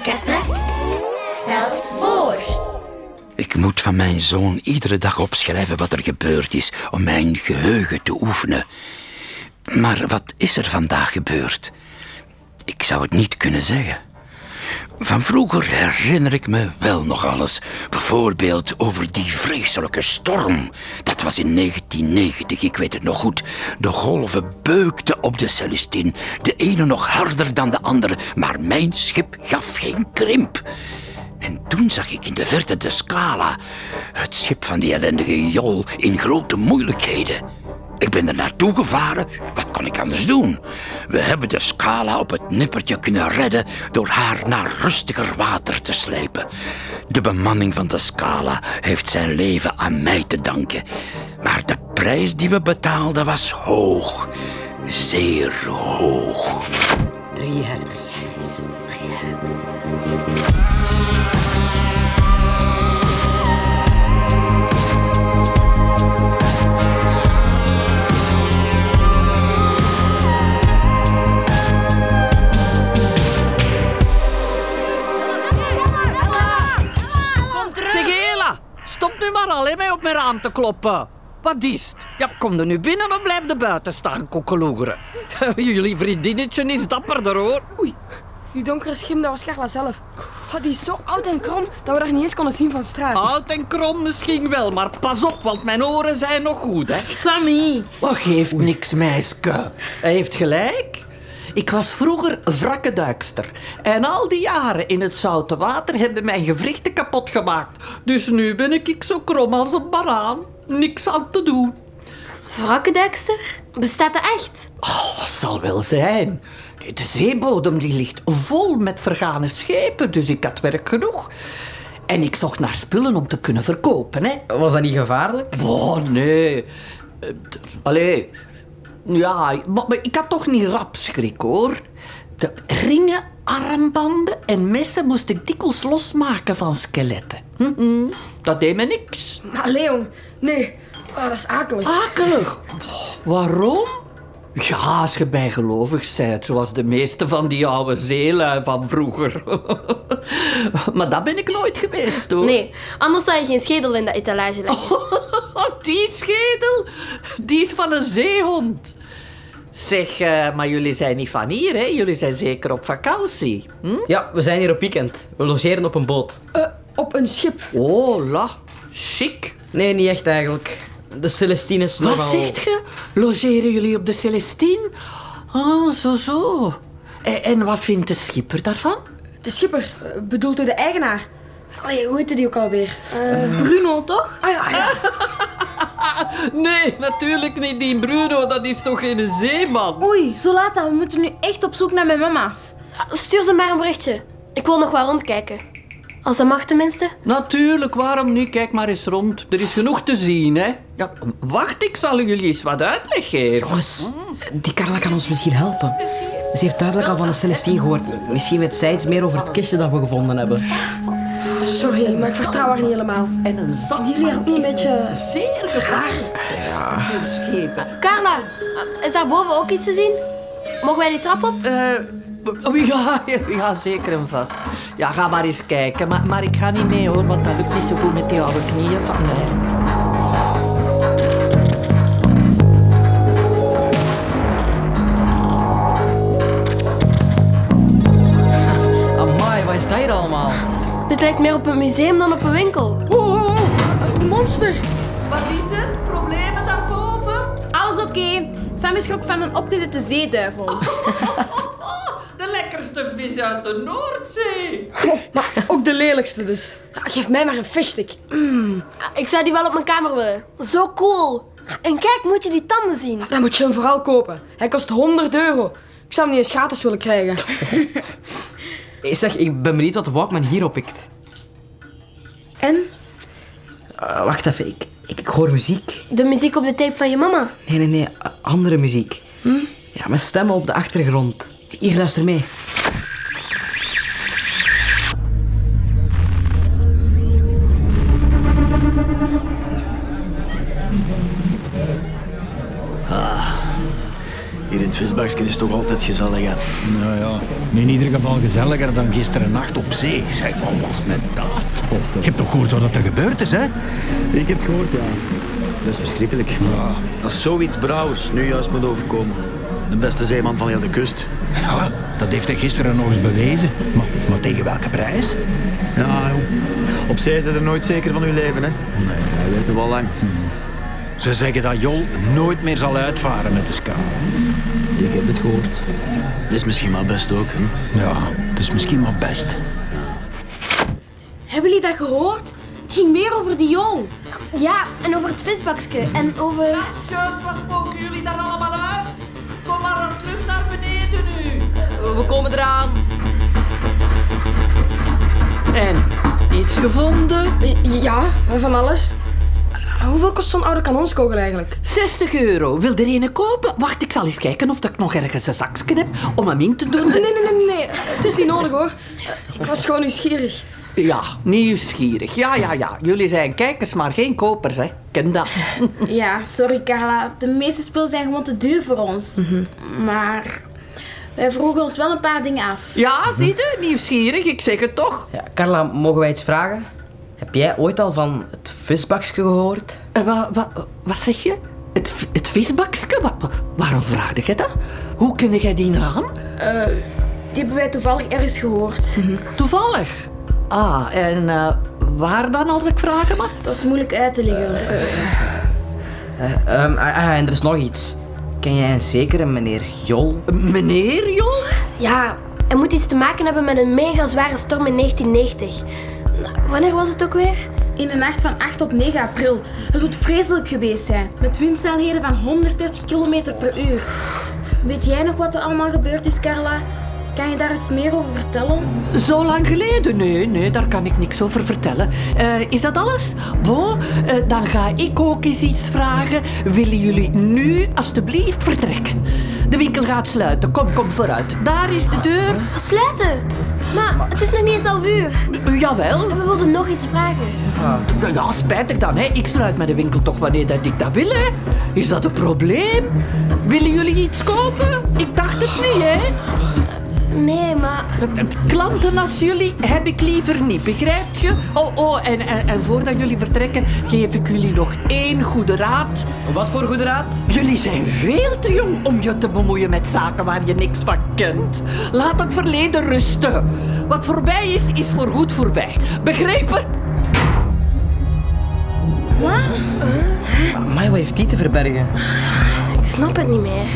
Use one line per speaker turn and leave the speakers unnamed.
Stelt. Stelt voor.
Ik moet van mijn zoon iedere dag opschrijven wat er gebeurd is om mijn geheugen te oefenen. Maar wat is er vandaag gebeurd? Ik zou het niet kunnen zeggen. Van vroeger herinner ik me wel nog alles. Bijvoorbeeld over die vreselijke storm. Dat was in 1990, ik weet het nog goed. De golven beukten op de Celestine. De ene nog harder dan de andere, maar mijn schip gaf geen krimp. En toen zag ik in de verte de Scala. Het schip van die ellendige jol in grote moeilijkheden. Ik ben er naartoe gevaren. Wat kon ik anders doen? We hebben de Scala op het nippertje kunnen redden door haar naar rustiger water te slepen. De bemanning van de Scala heeft zijn leven aan mij te danken. Maar de prijs die we betaalden was hoog. Zeer hoog.
Drie hertz.
Zeg Hela, stop nu maar alleen mee op mijn raam te kloppen. Wat is het? Ja, kom er nu binnen of blijf er buiten staan, kokkeloegeren. Jullie vriendinnetje is dapperder hoor.
Oei, die donkere schim, dat was Carla zelf. Oh, die is zo oud en krom dat we haar niet eens konden zien van straat.
Ah.
Oud en krom misschien wel, maar pas op, want mijn oren zijn nog goed, hè.
Sammy.
Och, geeft Oh, niks, meisje. Hij heeft gelijk. Ik was vroeger wrakkenduikster. En al die jaren in het zoute water hebben mijn gewrichten kapot gemaakt.
Dus nu ben ik zo krom als een baraan. Niks aan te doen.
Wrakkendekster? Bestaat dat echt?
Oh, zal wel zijn. Nee, De zeebodem die ligt vol met vergane schepen, dus ik had werk genoeg. En ik zocht naar spullen om te kunnen verkopen, hè.
Was dat niet gevaarlijk?
Oh, nee. Eh, d- Allee. Ja, maar, maar ik had toch niet rap schrik, hoor. De ringen, armbanden en messen moest ik dikwijls losmaken van skeletten. Mhm. Dat deed me niks.
Maar Ah, Leon, nee, oh, dat is akelig.
Ah. Akelig. Waarom? Ja, als je bijgelovig bent, zoals de meeste van die oude zeelui van vroeger. maar dat ben ik nooit geweest, hoor.
Nee, anders zou je geen schedel in dat etalage leggen.
Oh, Die schedel, die is van een zeehond. Zeg, eh, maar jullie zijn niet van hier, hè? Jullie zijn zeker op vakantie. Hm?
Ja, we zijn hier op weekend. We logeren op een boot.
Eh, op een schip.
Oh, la, chic.
Nee, niet echt eigenlijk. De Celestine is
Wat
nogal...
zegt je? Logeren jullie op de Celestine? Ah, zo, zo. En, en wat vindt de schipper daarvan?
De schipper, eh, bedoelt u de eigenaar? Allee, hoe heette die ook alweer? Eh,
Bruno, toch?
ah ja, ah ja.
Nee, natuurlijk niet, die Bruno, dat is toch geen zeeman?
Oei, zo laat al. We moeten nu echt op zoek naar mijn mama's. Stuur ze maar een berichtje. Ik wil nog wel rondkijken. Als dat mag tenminste.
Natuurlijk, waarom niet? Kijk maar eens rond. Er is genoeg te zien, hè? Ja, wacht, ik zal jullie eens wat uitleg geven.
Jongens, die Carla kan ons misschien helpen. Ze heeft duidelijk al van de Celestine gehoord. Misschien weet zij iets meer over het kistje dat we gevonden hebben.
Sorry, maar ik vertrouw haar niet helemaal.
En een zat
Die ligt niet een beetje...
zeer gevaarlijk. Ja. schepen.
Carla, is daarboven ook iets te zien? Mogen wij die trap op?
Eh, oh, ja, ja, zeker en vast. Ja, ga maar eens kijken. Maar, maar ik ga niet mee hoor, want dat lukt niet zo goed met die oude knieën van mij.
Amai, wat is dat hier allemaal?
Dit lijkt meer op een museum dan op een winkel.
Oh, Monster!
Wat is het? Problemen daarboven?
Alles oké. Sam is ook van een opgezette zeeduivel.
De lekkerste vis uit de Noordzee.
Ook de lelijkste dus. Ah, geef mij maar een fishstick. Mm,
Ik zou die wel op mijn kamer willen. Zo cool. En kijk, moet je die tanden zien.
Dan moet je hem vooral kopen. Hij kost 100 euro. Ik zou hem niet eens gratis willen krijgen.
Ik zeg, ik ben benieuwd wat de Walkman hier oppikt.
En?
Eh, wacht even, ik, ik, ik hoor muziek.
De muziek op de tape van je mama.
Nee, nee, nee, eh, andere muziek. Ja, met stemmen op de achtergrond. Hier, luister mee.
Hier is het visbakje is toch altijd gezelliger? Nou ja, in ieder geval gezelliger dan gisteren nacht op zee. Zeg, wat was met dat? Je hebt toch gehoord wat er gebeurd is, hè? Ik heb gehoord, ja. Dat is verschrikkelijk. dat is zoiets Brouwers nu juist moet overkomen. De beste zeeman van heel de kust. Ja, dat heeft hij gisteren nog eens bewezen. Maar, maar tegen welke prijs? Ja, opzij zijn er nooit zeker van uw leven, hè? Nee, wij weten wel lang. Ze zeggen dat Jol nooit meer zal uitvaren met de ska. Ik heb het gehoord. Het is misschien maar best ook, hè? Ja, het is misschien maar best.
Hebben jullie dat gehoord? Het ging weer over die jol.
Ja, en over het visbakje en over...
Meisjes, wat spoken jullie daar allemaal uit? Kom maar terug naar beneden nu.
We komen eraan. En iets gevonden?
Eh,
Ja, van alles. Hoeveel kost zo'n oude kanonskogel eigenlijk?
60 euro. Wil er een kopen? Wacht, ik zal eens kijken of dat ik nog ergens een zakje heb om hem in te doen.
Nee, nee, nee, nee. Het is niet nodig hoor. Ik was gewoon nieuwsgierig.
Ja, nieuwsgierig. Ja, ja, ja. Jullie zijn kijkers, maar geen kopers, hè. Ken dat.
Ja, sorry Carla. De meeste spullen zijn gewoon te duur voor ons.
Mhm.
Maar wij vroegen ons wel een paar dingen af.
Ja, zie je? Nieuwsgierig, ik zeg het toch.
Ja, Carla, mogen wij iets vragen? Heb jij ooit al van het visbakje gehoord?
wat, Eh, wat zeg je? Het, v- het visbakske? Wa- wa- waarom vraagde jij dat? Hoe ken jij die naam?
Die hebben wij toevallig ergens gehoord.
Toevallig. Ah, en eh, waar dan, als ik vragen mag?
Dat is moeilijk uit te leggen.
Ehm, ah, ah, en er is nog iets. Ken jij een zekere meneer Jol?
Meneer, joh?
Ja, er moet iets te maken hebben met een mega zware storm in 1990. Nou, Wanneer was het ook weer?
In de nacht van 8 op 9 april. Het moet vreselijk geweest zijn. Met windsnelheden van 130 km per uur. Weet jij nog wat er allemaal gebeurd is, Carla? Kan je daar iets meer over vertellen?
Zo lang geleden? Nee, nee, daar kan ik niks over vertellen. Eh, is dat alles? Bon, eh, dan ga ik ook eens iets vragen. Willen jullie nu alstublieft vertrekken? De winkel gaat sluiten. Kom, kom vooruit. Daar is de deur.
We sluiten! Maar het is nog niet eens half uur.
Eh, Jawel.
We wilden nog iets vragen.
Ja, ja, spijtig dan, hè. Ik sluit met de winkel toch wanneer dat ik dat wil, hè. Is dat een probleem? Willen jullie iets kopen? Ik dacht het niet, hè.
Nee, maar...
Klanten als jullie heb ik liever niet, begrijp je? Oh, oh, en, en, en voordat jullie vertrekken, geef ik jullie nog één goede raad.
Wat voor goede raad?
Jullie zijn veel te jong om je te bemoeien met zaken waar je niks van kent. Laat het verleden rusten. Wat voorbij is, is voorgoed voorbij. Begrepen?
Maar wat heeft die te verbergen?
Ik snap het niet meer.